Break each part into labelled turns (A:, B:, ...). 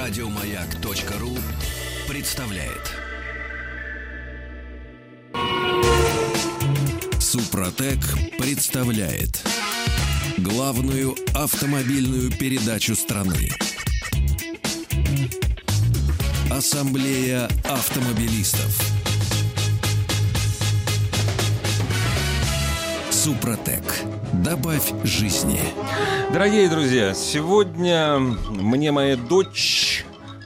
A: Радиомаяк.ру представляет. Супротек представляет главную автомобильную передачу страны. Ассамблея автомобилистов. Супротек. Добавь жизни.
B: Дорогие друзья, сегодня мне моя дочь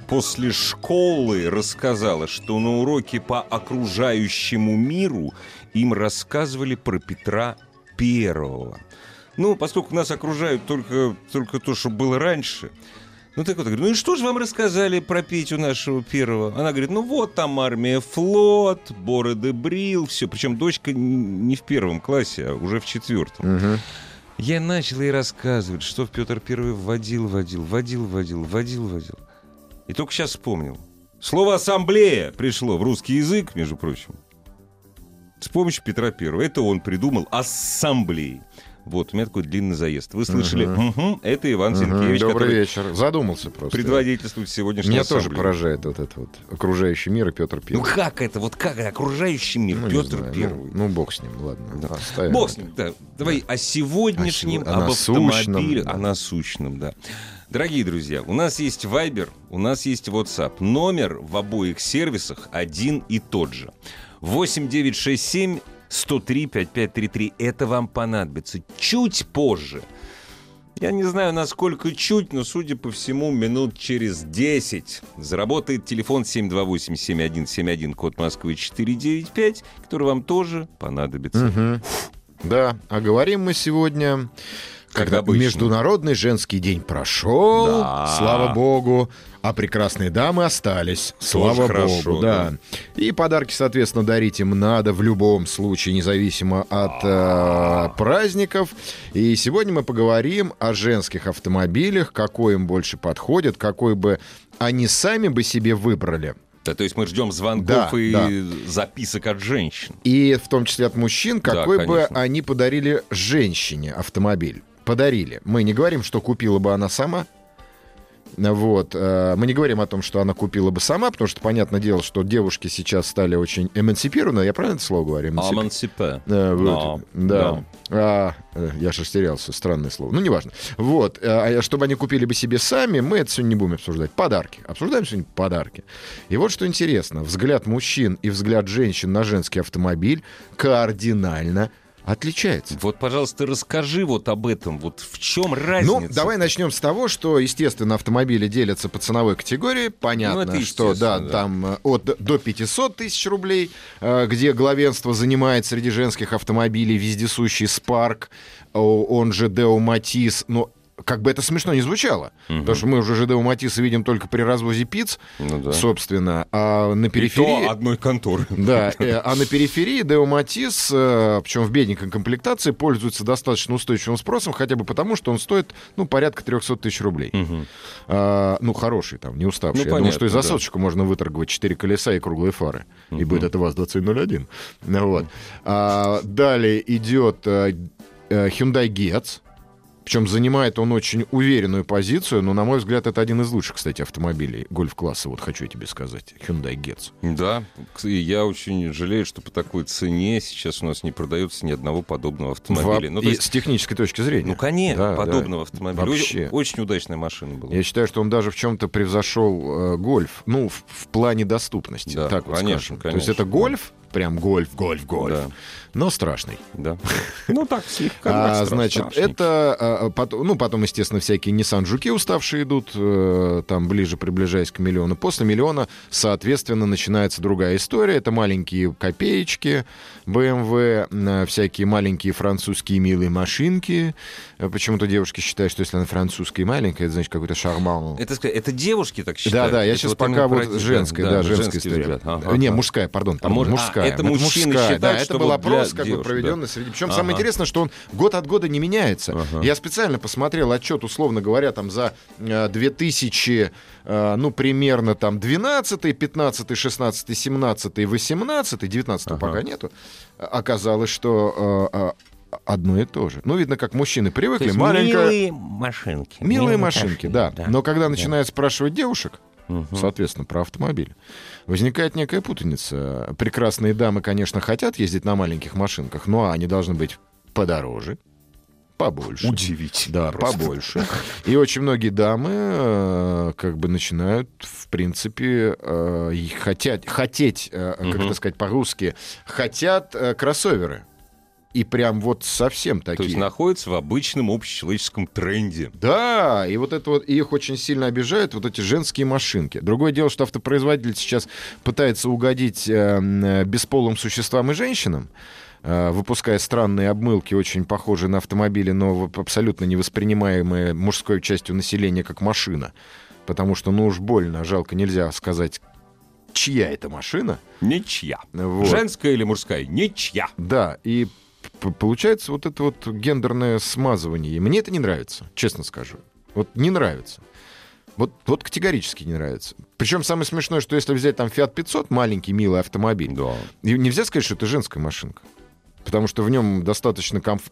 B: после школы рассказала, что на уроке по окружающему миру им рассказывали про Петра Первого. Ну, поскольку нас окружают только, только то, что было раньше, ну, так вот, я говорю, ну и что же вам рассказали про Петю нашего первого? Она говорит, ну вот там армия, флот, бороды брил, все. Причем дочка н- не в первом классе, а уже в четвертом. Я начал ей рассказывать, что Петр Первый вводил, водил, водил, водил, водил, водил. И только сейчас вспомнил. Слово «ассамблея» пришло в русский язык, между прочим. С помощью Петра Первого. Это он придумал ассамблеи. Вот, у меня такой длинный заезд. Вы слышали? «Мгм», это Иван
C: Мгм,
B: Зинкевич,
C: Добрый
B: который
C: вечер. Задумался просто.
B: предводительствует сегодняшний
C: Меня тоже поражает вот это вот окружающий мир и Петр
B: Ну
C: Первый.
B: как это? Вот как это? Окружающий мир.
C: Ну, не
B: Петр
C: знаю, ну,
B: Первый.
C: Ну, бог с ним, ладно.
B: Да.
C: оставим
B: Бог с
C: это.
B: ним, да. Давай о сегодняшнем,
C: О А сего- о
B: об
C: насущном,
B: автомобиле,
C: да.
B: о насущном, да. Дорогие друзья, у нас есть Viber, у нас есть WhatsApp. Номер в обоих сервисах один и тот же. 8967 103 5533. Это вам понадобится чуть позже. Я не знаю, насколько чуть, но, судя по всему, минут через 10 заработает телефон 728-7171, код Москвы 495, который вам тоже понадобится.
C: Мгм. Да, а говорим мы сегодня,
B: Как
C: когда
B: обычно.
C: Международный женский день прошел,
B: Да.
C: слава богу, а прекрасные дамы остались, слава
B: хорошо,
C: богу, да. И подарки, соответственно, дарить им надо в любом случае, независимо от
B: А.
C: э, праздников. И сегодня мы поговорим о женских автомобилях, какой им больше подходит, какой бы они сами бы себе выбрали.
B: Да, то есть мы ждем звонков
C: Да,
B: и
C: да.
B: записок от женщин.
C: И в том числе от мужчин,
B: Да,
C: какой бы
B: конечно.
C: они подарили женщине автомобиль. Подарили. Мы не говорим, что купила бы она сама. Вот. э, Мы не говорим о том, что она купила бы сама, потому что, понятное дело, что девушки сейчас стали очень эмансипированы. Я правильно это слово говорю?
B: А
C: Эмансипи-
B: Амансипе.
C: Э, Ну, типа, вот, да.
B: да.
C: А, э, я же растерялся, странное слово. Ну, неважно. Вот, э, а чтобы они купили бы себе сами, мы это сегодня не будем обсуждать. Подарки. Обсуждаем сегодня подарки. И вот что интересно. Взгляд мужчин и взгляд женщин на женский автомобиль кардинально отличается.
B: Вот, пожалуйста, расскажи вот об этом. Вот в чем
C: Ну,
B: разница?
C: давай начнем с того, что, естественно, автомобили делятся по ценовой категории. Понятно,
B: Ну, это
C: что да,
B: естественно, да.
C: там э, от до 500 тысяч рублей, э, где главенство занимает среди женских автомобилей вездесущий Spark, о, он же Део Матис. Но как бы это смешно не звучало, потому что мы уже же Део Матиса видим только при развозе пиц,
B: Ну да.
C: собственно, а на
B: И то
C: периферии...
B: одной конторы.
C: Да, э, а на периферии Део Матис, причем в бедненькой комплектации, пользуется достаточно устойчивым спросом, хотя бы потому, что он стоит, ну, порядка 300 тысяч рублей.
B: Мгм.
C: А, ну, хороший там, не уставший.
B: Хм. Ну,
C: Я думаю,
B: понятно,
C: что и за
B: да.
C: соточку можно выторговать 4 колеса и круглые фары. И будет это ВАЗ-2101. Ну, Вот. А, далее идет э, э, Hyundai Getz. Причем занимает он очень уверенную позицию, но, на мой взгляд, это один из лучших, кстати, автомобилей гольф-класса, вот хочу я тебе сказать, Hyundai Getz.
B: Да. Кс- и Я очень жалею, что по такой цене сейчас у нас не продается ни одного подобного автомобиля.
C: Во-
B: Ну, то
C: и
B: есть-
C: с технической точки зрения.
B: ну, конечно,
C: Да,
B: подобного
C: да.
B: автомобиля.
C: Вообще.
B: Очень, очень удачная машина была.
C: Я считаю, что он даже в чем-то превзошел э, гольф. Ну, в, в плане доступности.
B: Да,
C: так вот
B: конечно,
C: скажем. То есть
B: конечно,
C: это
B: да.
C: гольф, прям гольф, гольф, гольф.
B: Да.
C: Но страшный.
B: Да. Ну, так, слегка.
C: А,
B: так, страшно,
C: значит,
B: страшненько.
C: это а, а, потом- ну потом, естественно, всякие Nissan Жуки уставшие идут, э, там ближе приближаясь к миллиону. После миллиона, соответственно, начинается другая история. Это маленькие копеечки, BMW, э, всякие маленькие французские милые машинки. Э, Почему-то девушки считают, что если она французская и маленькая, это значит какой-то шарман.
B: Это, ска- это девушки так
C: Да,
B: считают?
C: да, я
B: Это
C: сейчас
B: вот
C: пока
B: именно
C: вот
B: про-
C: женская, да,
B: женский
C: женская история.
B: взгляд. Ага.
C: не, мужская, пардон,
B: А может,
C: пардон,
B: а,
C: мужская.
B: это мужчины считают,
C: да, это
B: что
C: был
B: вот для
C: опрос, как бы
B: девушек,
C: проведенный среди. Причем
B: Ага.
C: самое интересное, что он год от года не меняется.
B: Ага.
C: Я специально посмотрел отчет, условно говоря, там за э, 2000, э, ну, примерно там 12, 15, 16, 17, 18, 19
B: Ага.
C: пока нету. Оказалось, что э, э, одно и то же. Ну, видно, как мужчины
B: То
C: привыкли.
B: есть
C: Маленькая...
B: Милые машинки.
C: Милые машинки, да. Но когда начинают спрашивать девушек,
B: Мгм.
C: соответственно, про автомобиль. Возникает некая путаница. Прекрасные дамы, конечно, хотят ездить на маленьких машинках, но они должны быть подороже, побольше.
B: Удивительно.
C: Да,
B: просто.
C: побольше. И очень многие дамы э, как бы начинают, в принципе, э, и хотят, хотеть, э, как
B: Мгм.
C: это сказать по-русски, хотят э, кроссоверы. И прям вот совсем
B: То
C: такие.
B: есть находится в обычном общечеловеческом тренде.
C: Да, и вот это вот и их очень сильно обижают вот эти женские машинки. Другое дело, что автопроизводитель сейчас пытается угодить э, м, э, бесполым существам и женщинам, э, выпуская странные обмылки, очень похожие на автомобили, но в- абсолютно не воспринимаемые мужской частью населения как машина. Потому что, ну уж больно, жалко, нельзя сказать, чья это машина.
B: Ничья.
C: Вот.
B: Женская или мужская? Ничья.
C: Да, и п- получается вот это вот гендерное смазывание. И мне это не нравится, честно скажу. Вот не нравится. Вот, вот категорически не нравится. Причем самое смешное, что если взять там Fiat 500, маленький милый автомобиль,
B: Да.
C: и нельзя сказать, что это женская машинка. Потому что в нем достаточно, комф...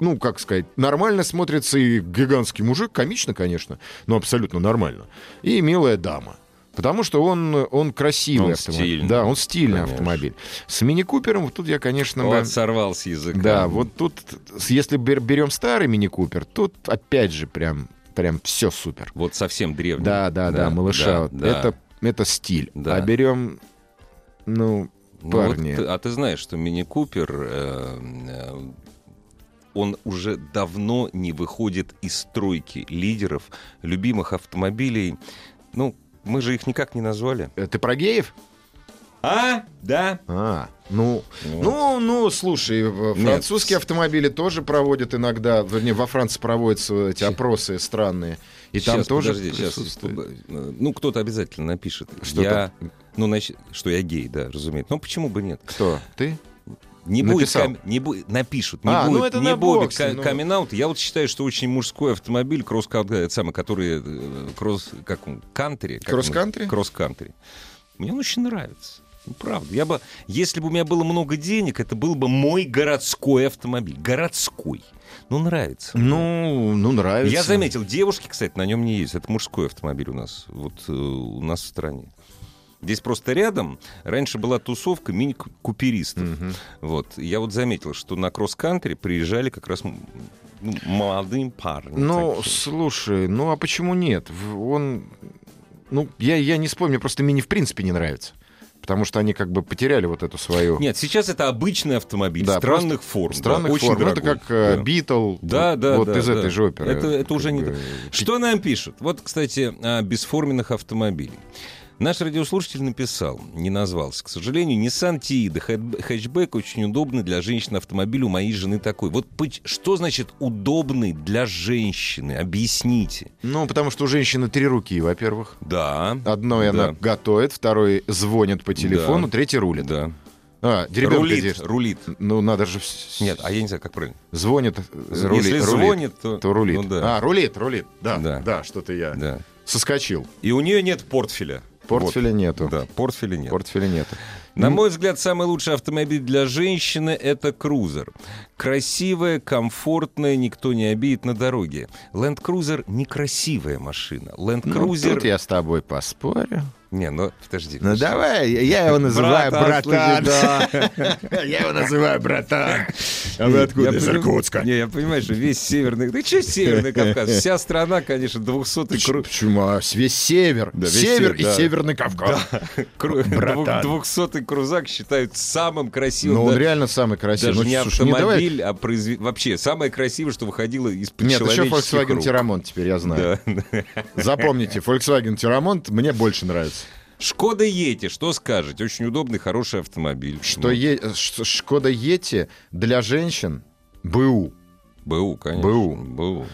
C: ну, как сказать, нормально смотрится и гигантский мужик, комично, конечно, но абсолютно нормально, и милая дама. Потому что он, он красивый
B: Он
C: автомобиль.
B: стильный.
C: Да, он стильный
B: Конечно.
C: автомобиль. С мини-купером вот тут я, конечно, бы-
B: Вот сорвал Ну, с языка.
C: да, вот тут, с- если бер- берем старый мини-купер, тут опять же прям, прям все супер.
B: Вот совсем древний.
C: Да, да, да, малыша.
B: да,
C: вот
B: да.
C: Это, это стиль.
B: Да.
C: А берем, ну,
B: Ну
C: парни.
B: вот, а ты знаешь, что Мини Купер, э, э, он уже давно не выходит из тройки лидеров любимых автомобилей. Ну, мы же их никак не назвали.
C: э, ты про геев?
B: А, да.
C: А, ну,
B: Вот.
C: ну, ну, слушай, в-
B: Нет.
C: французские автомобили тоже проводят иногда, вернее, во Франции проводятся эти
B: Щас.
C: опросы странные, и там
B: Щас,
C: тоже
B: подожди, щас,
C: присутствует.
B: э, ну, кто-то обязательно напишет.
C: Что
B: я, ну, значит, что я гей, да, разумеется. Ну, почему бы нет?
C: Кто? Ты?
B: Не
C: Написал.
B: будет, кам- не бу- напишут, не
C: А, ну
B: будет,
C: это
B: не
C: на
B: будет
C: боксе,
B: ка-
C: ну.
B: камин-аут. Я вот считаю, что очень мужской автомобиль, кросс самый, который э, кросс, как он, кантри. как он-
C: Кросс-кантри?
B: Кросс-кантри. Мне он очень нравится. Ну, правда. Я бы, если бы у меня было много денег, это был бы мой городской автомобиль. Городской. Ну, нравится. мне.
C: Ну, ну, нравится.
B: Я заметил, девушки, кстати, на нем не ездят. Это мужской автомобиль у нас, вот э, у нас в стране. Здесь просто рядом раньше была тусовка мини-куперистов.
C: Мгм.
B: Вот. И Я вот заметил, что на кросс-кантри приезжали как раз м, ну, молодым парням.
C: Ну,
B: такие.
C: слушай, ну а почему нет? В- Он, ну, я, я не спорю, мне просто мини в принципе не нравится. Потому что они как бы потеряли вот эту свою...
B: Нет, сейчас это обычный автомобиль
C: Да,
B: странных форм. да,
C: Странных
B: очень
C: форм. Ну,
B: дорогой.
C: Это как э,
B: Да.
C: Битл.
B: Да,
C: вот,
B: да,
C: вот
B: да,
C: из
B: да.
C: этой же оперы.
B: Это- это
C: Как
B: уже не
C: бы,
B: то. Что нам пишут? Вот, кстати, о бесформенных автомобилях. Наш радиослушатель написал, не назвался, к сожалению, Nissan Tiida, хэт- хэтчбэк очень удобный для женщин автомобиль у моей жены такой. Вот поч- что значит удобный для женщины? Объясните.
C: Ну, потому что у женщины три руки, во-первых.
B: Да.
C: Одной она
B: Да.
C: готовит, второй звонит по телефону,
B: Да.
C: третий рулит.
B: Да.
C: А, ребенка
B: рулит,
C: держит.
B: рулит.
C: Ну, надо же... вс-
B: Нет, а я не знаю, как правильно.
C: Звонит, э, рулит.
B: Если
C: рулит,
B: звонит, то...
C: то рулит.
B: Ну да.
C: А, рулит, рулит. Да,
B: Да.
C: да, что-то я
B: да.
C: соскочил.
B: И у нее нет портфеля.
C: Портфеля нету.
B: Вот. Да, портфеля нет.
C: Портфеля нет.
B: На мой взгляд, самый лучший автомобиль для женщины — это крузер. Красивая, комфортная, никто не обидит на дороге. Land Cruiser — некрасивая машина. Land
C: Ну,
B: Cruiser...
C: тут я с тобой поспорю.
B: Не, ну, подожди.
C: Ну
B: подожди.
C: давай, я его называю
B: Братан,
C: братан. Я его называю братан. А вы откуда?
B: Я
C: Из
B: поним-
C: Иркутска.
B: Не, я понимаю, что весь Северный... Да что Северный Кавказ? Вся страна, конечно, 200
C: Поч- Почему? А с- Весь север.
B: Да, весь
C: Север
B: север,
C: и
B: да.
C: Северный Кавказ. Братан.
B: 200 крузак считают самым красивым.
C: Но он
B: да-
C: реально самый красивый.
B: Даже
C: Ну,
B: не
C: слушай, не давай-
B: автомобиль, а произве- вообще самое красивое, что выходило из-под
C: Нет, еще
B: человеческих
C: Volkswagen
B: рук.
C: Тирамонт теперь я знаю.
B: Да.
C: Запомните, Volkswagen Тирамонт мне больше нравится.
B: Шкода Ети, что скажете? Очень удобный, хороший автомобиль. Ну,
C: Что е- э, ш- Шкода Ети для женщин БУ.
B: БУ, конечно. Ну,
C: БУ.
B: БУ.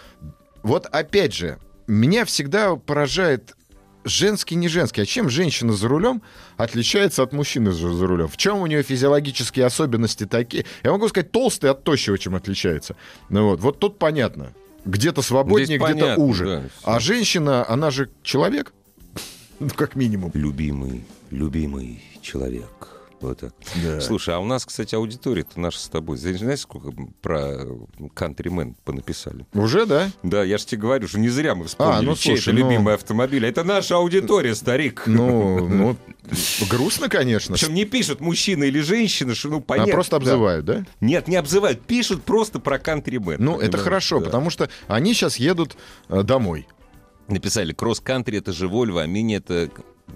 C: Вот опять же, меня всегда поражает женский, не женский. А чем женщина за рулем отличается от мужчины за за рулем? В чем у нее физиологические особенности такие? Я могу сказать, толстый от тощего чем отличается. Ну вот, вот тут понятно. Где-то свободнее,
B: Здесь
C: где-то
B: понятно,
C: уже.
B: да,
C: а женщина, она же человек, ну, как минимум.
B: Любимый, любимый человек. Вот так.
D: Да.
B: Слушай, а у нас, кстати, аудитория-то наша с тобой. Знаешь, знаешь, сколько про кантримен понаписали?
C: Уже, да?
B: Да, я же тебе говорю, что не зря мы вспомнили,
C: А, ну,
B: чей это
C: слушай, ну-
B: любимый автомобиль. Это наша аудитория, старик.
C: Ну, ну, грустно, конечно.
B: Причем не пишут мужчина или женщина, что, ну,
C: А
B: понятно.
C: просто
B: да.
C: обзывают, да?
B: Нет, не обзывают, пишут просто про кантримен.
C: Ну, это
B: понимаешь?
C: хорошо,
B: Да.
C: потому что они сейчас едут э, домой.
B: Написали, кросс-кантри — это же Вольво, а мини — это...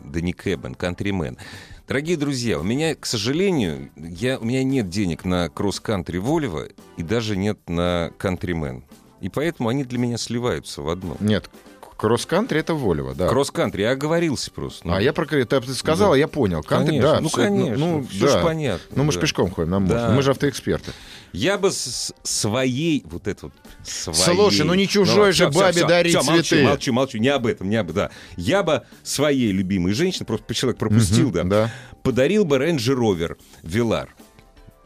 B: Да не кэбмен, кантримен. Дорогие друзья, у меня, к сожалению, я, у меня нет денег на кросс-кантри Вольво и даже нет на кантримен. И поэтому они для меня сливаются в одно.
C: Нет, к- кросс-кантри это Вольво, да.
B: Кросс-кантри, я оговорился просто. Ну,
C: А я про кре- ты сказала,
B: Да.
C: я понял. Кантри,
B: конечно,
C: да.
B: ну,
C: абсолютно.
B: конечно,
C: Ну,
B: всё ж
C: да.
B: понятно.
C: Ну, мы же
B: да.
C: пешком ходим, нам
B: Да.
C: можно. Мы же автоэксперты.
B: Я бы с своей, вот это вот, своей...
C: Слушай, ну не чужой же бабе дарить
B: всё, молчу,
C: цветы.
B: молчу, молчу, не об этом, не об да. Я бы своей любимой женщине, просто человек пропустил,
C: Мгм,
B: да,
C: да.
B: подарил бы Range Rover Вилар.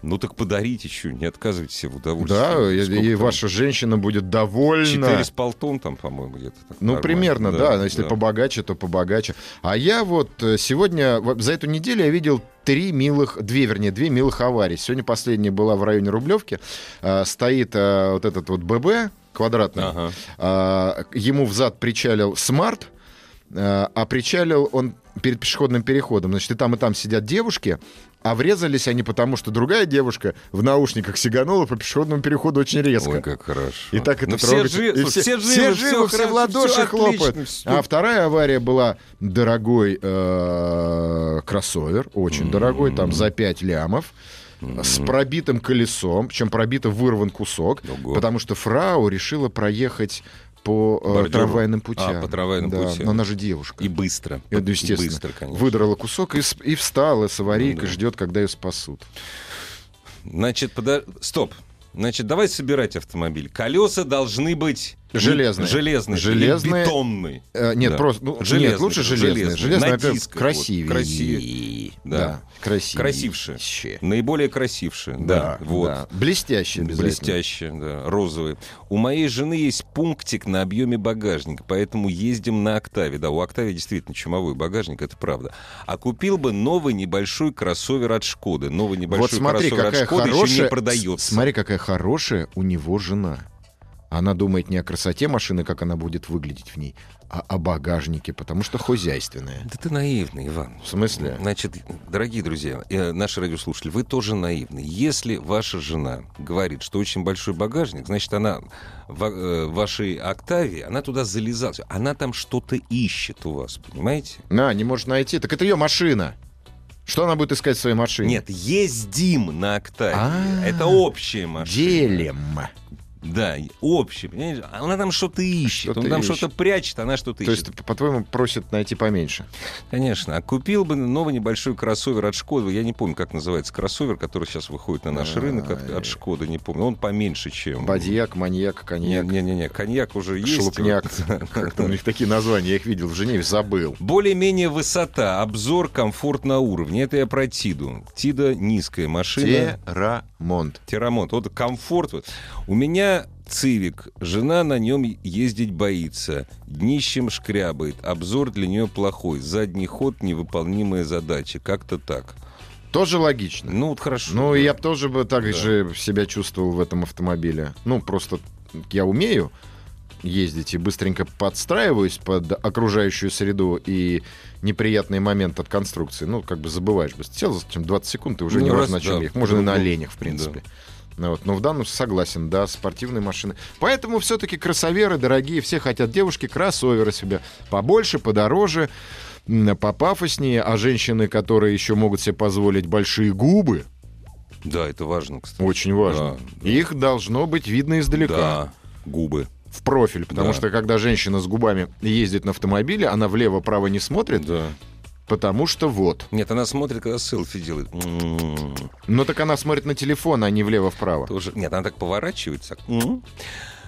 B: Ну так подарите еще, не отказывайтесь себе в удовольствии.
C: Да, и-
B: Сколько
C: и
B: там?
C: ваша женщина будет довольна.
B: Четыре с полтон там, по-моему, где-то. так
C: Ну,
B: нормально.
C: примерно, да. Но если побогаче, то побогаче. А я вот э, сегодня, во- за эту неделю я видел три милых, две, вернее, две милых аварии. Сегодня последняя была в районе Рублевки. А, Стоит а, вот этот вот ББ квадратный.
B: Ага.
C: А, Ему взад причалил смарт, а а причалил он перед пешеходным переходом. Значит, и там, и там сидят девушки, а врезались они потому, что другая девушка в наушниках сиганула по пешеходному переходу очень резко.
B: Ой, как хорошо.
C: И так это
B: Ну, все,
C: трогательно.
B: жи-
C: И
B: слушай, все
C: все,
B: живы,
C: все
B: всё
C: живы, все в
B: хорошо,
C: ладоши
B: всё отлично,
C: хлопают.
B: всё.
C: А вторая авария была дорогой э, кроссовер, очень дорогой, там за 5 лямов. С пробитым колесом, причем пробито вырван кусок,
B: Ого.
C: потому что фрау решила проехать по э,
B: Бордюру.
C: трамвайным путям.
B: А, по трамвайным
C: Да,
B: путям.
C: Но она же девушка.
B: И быстро.
C: Э,
B: И
C: да, естественно.
B: быстро, конечно.
C: Выдрала кусок и, с- и встала с аварийкой,
B: Ну да.
C: ждет, когда ее спасут.
B: Значит, подо- стоп. Значит, давай собирать автомобиль. Колеса должны быть не-
C: Железные.
B: железные,
C: Железные.
B: или бетонные.
C: Э, нет,
B: Да.
C: просто... ну,
B: Железные,
C: нет, лучше железные.
B: железные.
C: Железные,
B: На
C: во-первых,
B: дисках вот,
C: красивее.
B: красивее, да.
C: красивее.
B: Красивше. Наиболее красившие. Да, вот.
C: да. Блестящие обязательно.
B: Блестящие, да, розовые. У моей жены есть пунктик на объеме багажника, поэтому ездим на «Октаве». Да, у «Октавии» действительно чумовой багажник, это правда. А купил бы новый небольшой кроссовер от «Шкоды». Новый небольшой
C: Вот смотри,
B: кроссовер
C: какая
B: от «Шкоды» еще
C: хорошая...
B: не продается.
C: Смотри, какая хорошая у него жена. Она думает не о красоте машины, как она будет выглядеть в ней, а о багажнике, потому что хозяйственная.
B: Да ты наивный, Иван.
C: В смысле?
B: Значит, дорогие друзья, э, наши радиослушатели, вы тоже наивны. Если ваша жена говорит, что очень большой багажник, значит, она в э, вашей октаве, она туда залезала. Она там что-то ищет у вас, понимаете?
C: На, не может найти. Так это ее машина. Что она будет искать в своей машине?
B: Нет, ездим на октаве.
C: А.
B: Это общая машина.
C: Делим.
B: Да, общая. понимаешь? Она там что-то ищет.
C: Что-то
B: Он там
C: ищет.
B: что-то прячет, она что-то
C: То
B: ищет.
C: есть, по-твоему, просят найти поменьше.
B: Конечно. А купил бы новый небольшой кроссовер от Шкоды. Я не помню, как называется кроссовер, который сейчас выходит на наш
C: Ай.
B: рынок от, от Шкоды. Не помню. Он поменьше, чем...
C: Бадьяк, маньяк, коньяк.
B: Не-не-не, коньяк уже есть.
C: Шелупняк.
B: Вот.
C: Как там у них такие названия, я их видел в Женеве, забыл.
B: Более-менее высота, обзор, комфорт на уровне. Это я про Тиду. Тида низкая машина.
C: Терамонт.
B: Терамонт. Вот комфорт. вот. У меня цивик. Жена на нем ездить боится. Днищем шкрябает. Обзор для нее плохой. Задний ход невыполнимая задача. Как-то так.
C: Тоже логично.
B: Ну вот хорошо.
C: Ну,
B: да.
C: я бы тоже бы так
B: Да.
C: же себя чувствовал в этом автомобиле. Ну, просто я умею ездить и быстренько подстраиваюсь под окружающую среду и неприятный момент от конструкции. Ну, как бы забываешь быстро. Сел, чем 20 секунд, ты уже
B: Ну,
C: не
B: раз,
C: важно, на чем
B: да,
C: ехать. Можно и на
B: другой.
C: оленях, в принципе. Ну Вот. Но в данном согласен, да, спортивные машины. Поэтому все-таки кроссоверы дорогие, все хотят девушки, кроссоверы себе побольше, подороже, м, попафоснее. А женщины, которые еще могут себе позволить большие губы,
B: Да, это важно, кстати.
C: очень важно.
B: Да, да.
C: Их должно быть видно издалека.
B: Да, губы.
C: В профиль, потому
B: Да.
C: что когда женщина с губами ездит на автомобиле, она влево-право не смотрит,
B: Да.
C: потому что вот.
B: Нет, она смотрит, когда селфи делает. М-м-м.
C: Но так она смотрит на телефон, а не влево-вправо.
B: Тоже... Нет, она так поворачивается. Что-то у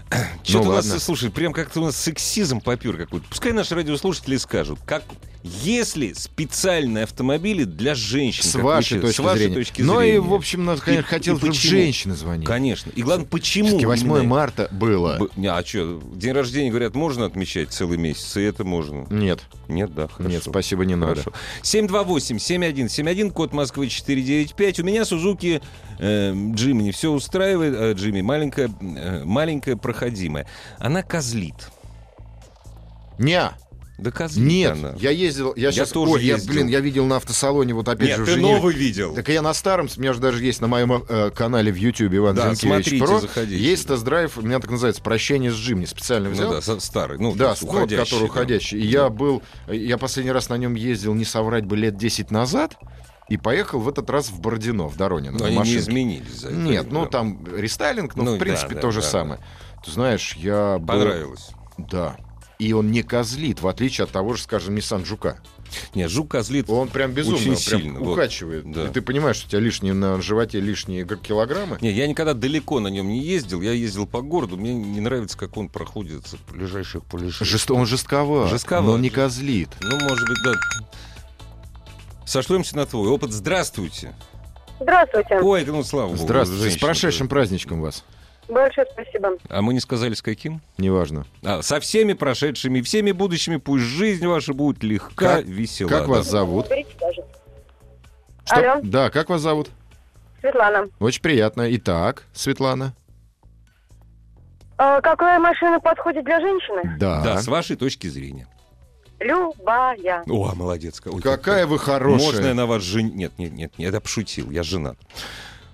B: нас,
C: Ну, ладно.
B: слушай, прям как-то у нас сексизм попер какой-то. Пускай наши радиослушатели скажут, как Если специальные автомобили для женщин,
C: С
B: как
C: вашей
B: вы считаете,
C: точки
B: с вашей
C: зрения.
B: точки
C: Но
B: зрения.
C: и, в общем, нас,
B: И- и
C: конечно, хотелось бы в
B: почему?
C: женщины звонить.
B: Конечно. И главное, почему?
C: Всё-таки 8
B: именно-
C: марта было.
B: Б- Не, а что, день рождения, говорят, можно отмечать целый месяц, и это можно.
C: Нет,
B: Нет, да, хорошо.
C: нет, спасибо, не надо.
B: Хорошо. 728-7171, код Москвы 495. У меня Сузуки э, Джимми все устраивает. Э, Джимми, маленькая, э, маленькая проходимая. Она козлит.
C: Не,
B: Да козлит
C: нет,
B: она.
C: я ездил, я
B: Я
C: сейчас...
B: тоже
C: Ой, я,
B: ездил.
C: блин, я видел на автосалоне, вот опять
B: Нет,
C: же, в
B: ты
C: Женеве.
B: новый видел.
C: Так я на старом, у меня же даже есть на моем э, канале в YouTube Иван
B: Да,
C: Зинкевич
B: смотрите,
C: Про.
B: заходите.
C: Есть тест-драйв, у меня так называется, прощение с Джимми. Специально
B: Ну
C: взял.
B: да, со- старый. Ну,
C: Да,
B: тот
C: Скотт, который
B: да.
C: уходящий. И я был, я последний раз на нем ездил, не соврать бы, лет 10 назад, и поехал в этот раз в Бородино, в Доронин.
B: Ну,
C: на
B: они не
C: машинке.
B: изменились. за это
C: Нет,
B: время,
C: ну
B: да.
C: там рестайлинг, но
B: Ну,
C: в
B: да,
C: принципе
B: да,
C: то же
B: да,
C: самое. Ты знаешь, я был-
B: Понравилось.
C: Да. И он не козлит, в отличие от того же, скажем, Nissan Жука.
B: Нет, жук козлит.
C: Он прям безумно
B: Очень
C: прям
B: сильно, вот.
C: укачивает.
B: Да.
C: И ты понимаешь, что у тебя лишние на животе лишние г- килограммы.
B: Не, я никогда далеко на нем не ездил. Я ездил по городу. Мне не нравится, как он проходит с ближайших полежей.
C: Жест- Он жестковат,
B: Жестковат.
C: но он не козлит.
B: Ну, может быть, да. Сошлемся на твой опыт. Здравствуйте.
D: Здравствуйте.
B: Ой, ну, слава богу.
C: Здравствуйте, с
B: женщина.
C: прошедшим праздничком вас.
D: Большое спасибо.
B: А мы не сказали, с каким?
C: Неважно.
B: А, со всеми прошедшими, всеми будущими. Пусть жизнь ваша будет легка,
C: Как-
B: весела.
C: Как
B: Да.
C: вас зовут?
D: Берите даже.
C: Что-
D: Алло.
C: Да, как вас зовут?
D: Светлана,
C: Очень приятно. Итак, Светлана.
D: а какая машина подходит для женщины?
C: Да.
B: Да, с вашей точки зрения.
D: Любая.
B: О, молодец. какой.
C: Какая вы хорошая.
B: Можно я на вас жен... Нет, нет, нет, нет, я пошутил, я женат.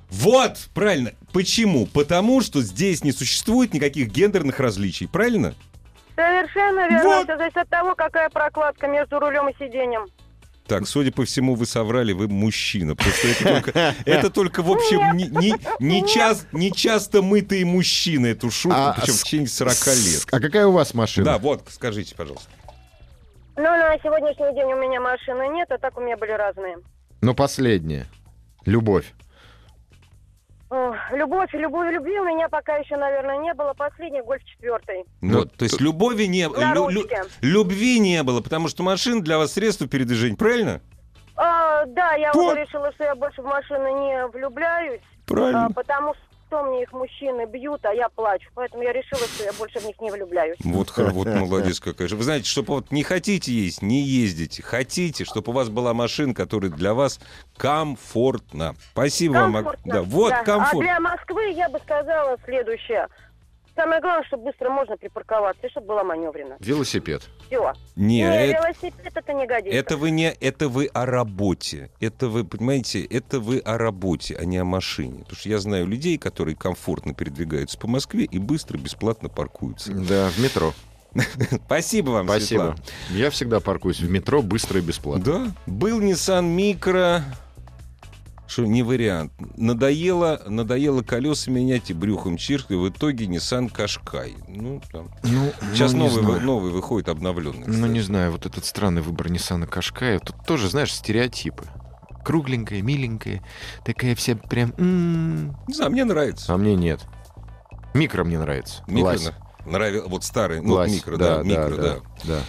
B: Вот, правильно. Почему? Потому что здесь не существует никаких гендерных различий, правильно?
D: Совершенно верно.
B: Вот.
D: Все зависит от того, какая прокладка между рулем и сиденьем.
B: Так, судя по всему, вы соврали, вы мужчина. Потому что это только, это только, в общем, не, не- не часто, не часто мытые мужчины эту шутку,
C: А
B: причем в
C: с-
B: течение 40 лет.
C: А какая у вас
B: Да,
C: машина?
B: вот, скажите, пожалуйста.
D: Ну, на сегодняшний день у меня машины нет, а так у меня были разные.
C: Но Ну, последняя. Любовь.
D: Ох, Любовь, любовь, любви у меня пока еще, наверное, не было. Последний гольф четвертый.
C: Ну,
B: Вот, э, то есть любови не
D: На
B: лю- лю-
D: ручке.
B: любви не было, потому что машина для вас средство передвижения, правильно?
D: А, да, я уже
B: Вот.
D: решила, что я больше в машины не влюбляюсь,
B: Правильно.
D: а, потому что мне их мужчины бьют, а я плачу. Поэтому я решила, что я больше в них не влюбляюсь.
B: Вот, хо- вот молодец какая же. Вы знаете, чтобы вот не хотите есть, не ездите. Хотите, чтобы у вас была машина, которая для вас комфортна. Спасибо вам. ог-
D: Комфортно,
B: Да, вот
D: да. А
B: комфорт.
D: для Москвы я бы сказала следующее. Самое главное, чтобы быстро можно припарковаться, и чтобы была маневрена.
C: Велосипед.
D: Все.
B: Не, это,
D: велосипед это не годится.
B: это вы не, это вы о работе. Это вы, понимаете, это вы о работе, а не о машине. Потому что я знаю людей, которые комфортно передвигаются по Москве и быстро, бесплатно паркуются.
C: Да, в метро.
B: Спасибо вам,
C: Спасибо.
B: Светлана.
C: Я всегда паркуюсь в метро быстро и бесплатно.
B: Да. Был Nissan Micro. Что, не вариант. Надоело, надоело колеса менять и брюхом чиркать. В итоге Nissan Кашкай. Ну, там.
C: Ну,
B: Сейчас
C: ну, не
B: новый, вы-
C: знаю.
B: новый выходит обновленный.
C: Ну, не знаю, вот этот странный выбор Ниссана Кашкая. Тут тоже, знаешь, стереотипы. Кругленькая, миленькая, такая вся прям... м-м. м.
B: не знаю, мне нравится.
C: А мне нет. Микро мне нравится.
B: Микро
C: Лась.
B: на- нравил- вот старый, ну,
C: Лась.
B: микро, да, микро, да.
C: да.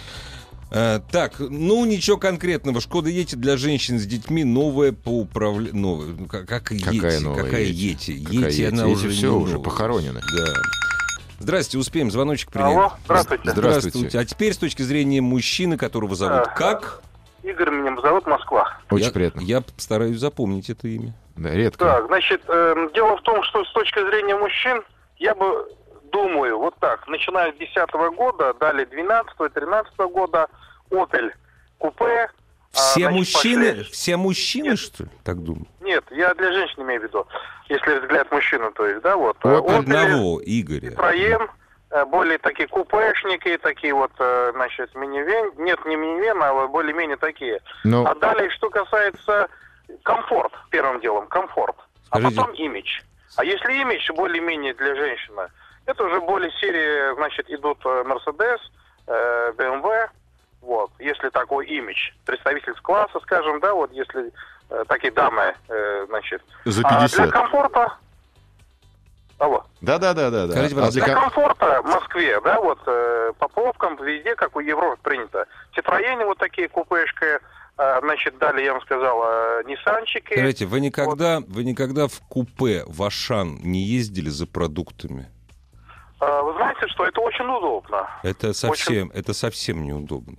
B: Э, так, ну ничего конкретного. Шкода Ети для женщин с детьми новая по управлению. как, как и
C: Какая
B: Yeti,
C: новая
B: какая
C: Yeti?
B: Ети?
C: Какая Yeti?
B: она
C: Yeti
B: уже
C: всё,
B: не
C: уже
B: новая.
C: похоронена.
B: Да. Здрасте, успеем звоночек принять.
E: Алло, здравствуйте.
C: Здравствуйте.
B: А теперь с точки зрения мужчины, которого зовут
E: А.
B: как?
E: Игорь меня зовут, Москва.
C: Очень
B: я,
C: приятно.
B: Я постараюсь запомнить это имя.
C: Да, редко.
E: Так, значит, эм, дело в том, что с точки зрения мужчин, я бы думаю, вот так, начиная с 10 года, далее 12 13 года, Opel, купе. а,
B: Все
E: значит,
B: мужчины,
E: пошли.
B: все мужчины,
E: Нет.
B: что ли, так думаю?
E: Нет, я для женщин имею в виду, если взгляд мужчины, то есть, да, вот.
C: Opel.
E: Opel,
B: Одного Игоря.
E: Citroёn, э, более такие купешники, такие вот, э, значит, минивен, нет, не минивен, а вот более-менее такие.
C: Но
E: А далее, что касается комфорт, первым делом, комфорт.
B: Скажите-
E: А потом имидж. А если имидж более-менее для женщины, это уже более серии, значит, идут э, Mercedes, э, BMW, вот, если такой имидж. Представитель класса, скажем, да, вот если э, такие дамы, э, значит.
C: за
E: А для
C: 50.
E: комфорта Алло.
C: Да-да-да-да.
B: Скажите,
C: да.
B: пожалуйста,
C: А
E: Для
C: для ко-
E: комфорта в Москве, да, вот э, по пробкам везде, как у Европы принято. Citroёны вот такие купешки, э, значит, далее я вам сказал, э, Ниссанчики.
B: Скажите, вы никогда, вы никогда в купе в Ашан не ездили за продуктами?
E: Э, вы знаете, что это очень удобно.
B: Это совсем, это совсем неудобно.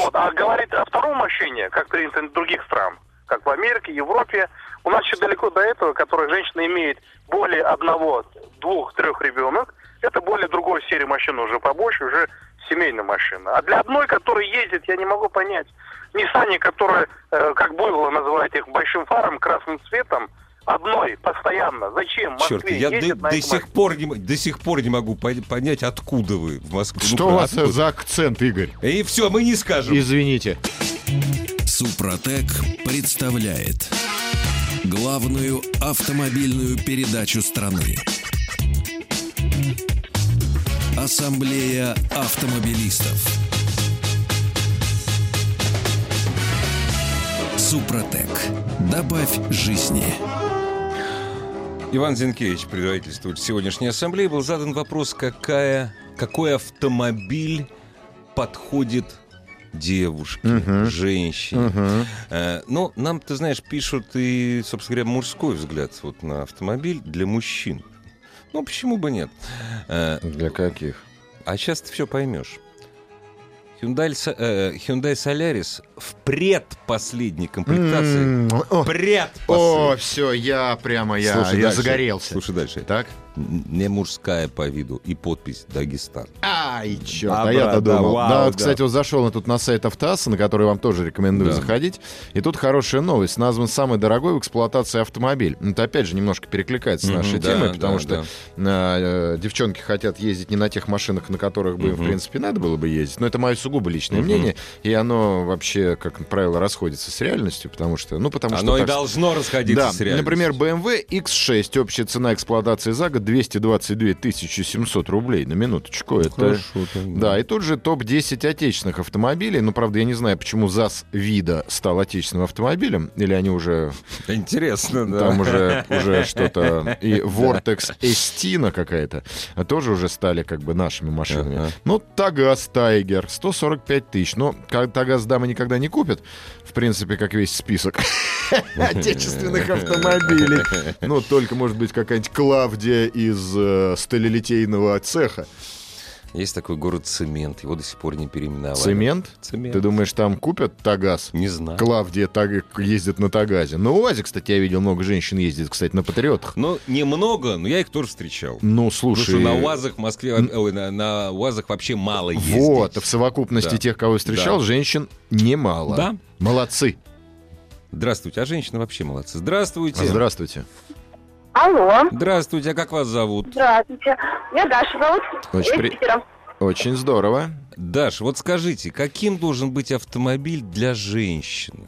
E: Вот, а говорит о втором машине, как принято в других стран, как в Америке, Европе. У нас еще далеко до этого, которая женщина имеет более одного, двух, трех ребенок. Это более другой серии машин уже побольше, уже семейная машина. А для одной, которая ездит, я не могу понять. Ниссане, которая, э, как было называть их, большим фаром, красным цветом, одной, постоянно. Зачем? В
B: Черт,
E: Москве
B: я
E: ездит
B: до,
E: на
B: до
E: этой
B: сих пор не, м- до сих пор не могу пон- понять, откуда вы в Москве. Ну,
C: Что у вас
B: откуда?
C: за акцент, Игорь?
B: И все, мы не скажем.
C: Извините.
A: Супротек представляет главную автомобильную передачу страны. Ассамблея автомобилистов. Супротек. Добавь жизни.
B: Иван Зинкевич, предводительствует сегодняшней ассамблеи, был задан вопрос, какая, какой автомобиль подходит девушке, женщине. Э, ну, нам, ты знаешь, пишут и, собственно говоря, мужской взгляд вот на автомобиль для мужчин. Ну, почему бы нет? Э,
C: Для каких?
B: а сейчас ты все поймешь. Hyundai, Sa- э, Hyundai Solaris в предпоследней комплектации.
C: М, О,
B: Предпоследней.
C: все, я прямо, я,
B: Слушай
C: я
B: дальше.
C: загорелся.
B: Слушай дальше.
C: Так?
B: Н- не мужская по виду и подпись Дагестан.
C: Ай, черт, а
B: Добра,
C: я-то
B: да,
C: думал.
B: вау,
C: да, вот,
B: да.
C: кстати, вот зашел я тут на сайт Автоаса, на который вам тоже рекомендую
B: Да.
C: заходить. И тут хорошая новость. Назван самый дорогой в эксплуатации автомобиль. Это опять же немножко перекликается с
B: Мгм,
C: нашей
B: да,
C: темой,
B: да,
C: потому
B: да.
C: что э, э, девчонки хотят ездить не на тех машинах, на которых бы, им, в принципе, надо было бы ездить. Но это мое сугубо личное мнение. И оно вообще, как правило, расходится с реальностью, потому что... Ну, потому что
B: Оно и
C: так
B: должно расходиться
C: да,
B: с реальностью.
C: например, BMW X6, общая цена эксплуатации за год 222 700 рублей, на
B: Ну,
C: минуточку. Это... Да, и тут же топ-10 отечественных автомобилей. Ну, правда, я не знаю, почему ЗАЗ Вида стал отечественным автомобилем. Или они уже...
B: Интересно, да.
C: Там уже, уже что-то... И Vortex Эстина какая-то а тоже уже стали как бы нашими машинами.
B: Ага.
C: Ну, Тагаз Тайгер, 145 тысяч. Но ка- Тагаз дамы никогда не купят. В принципе, как весь список отечественных автомобилей. Ну, только, может быть, какая-нибудь Клавдия из э, сталелитейного цеха.
B: Есть такой город Цемент, его до сих пор не переименовали.
C: Цемент?
B: Цемент.
C: Ты думаешь, там купят Тагаз?
B: Не знаю.
C: Клавдия так ездит на Тагазе. На УАЗе, кстати, я видел, много женщин ездит, кстати, на Патриотах.
B: Ну, немного, но я их тоже встречал. Потому
C: Ну, слушай...
B: что на УАЗах в Москве, ой, на, на УАЗах вообще мало ездить.
C: Вот, в совокупности
B: Да.
C: тех, кого я встречал,
B: Да.
C: женщин немало.
B: Да.
C: Молодцы.
B: Здравствуйте, а женщины вообще молодцы. Здравствуйте.
C: Здравствуйте.
D: Алло.
B: Здравствуйте, а как вас зовут?
D: Здравствуйте. Меня Даша зовут.
C: Очень
D: Я из
C: при-
D: Питера.
C: Очень здорово.
B: Даш, вот скажите, каким должен быть автомобиль для женщины?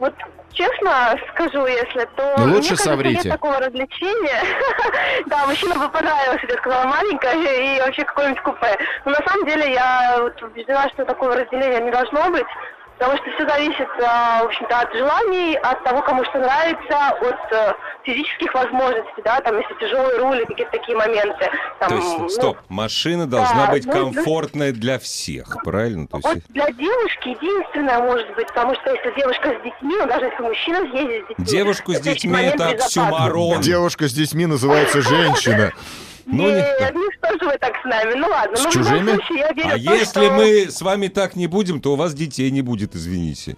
D: Вот честно скажу, если то...
C: Ну,
D: мне
C: лучше
D: кажется,
C: соврите.
D: Нет такого развлечения. Да, мужчина бы понравился, я сказала, маленькая и вообще какое-нибудь купе. Но на самом деле я вот убеждена, что такого разделения не должно быть. Потому что все зависит, а, в общем-то, от желаний, от того, кому что нравится, от э, физических возможностей, да, там, если тяжелые рули, какие-то такие моменты. Там,
B: То
D: ну,
B: есть, стоп, машина должна
D: да,
B: быть
D: ну, ну.
B: комфортной для всех, правильно? То
D: Вот
B: есть,
D: для девушки единственное может быть, потому что если девушка с детьми, ну, даже если мужчина ездит с детьми...
B: Девушку с
D: это очень
B: детьми
D: момент
B: это
D: безопасности.
B: оксюмарон.
C: Девушка с детьми называется женщина.
B: Ну, не-
D: Нет, ну что же вы так с нами? Ну ладно,
C: С
D: ну в любом
C: чужими?
D: случае я верю
B: А
D: в то,
B: если
D: что-
B: мы с вами так не будем, то у вас детей не будет, извините.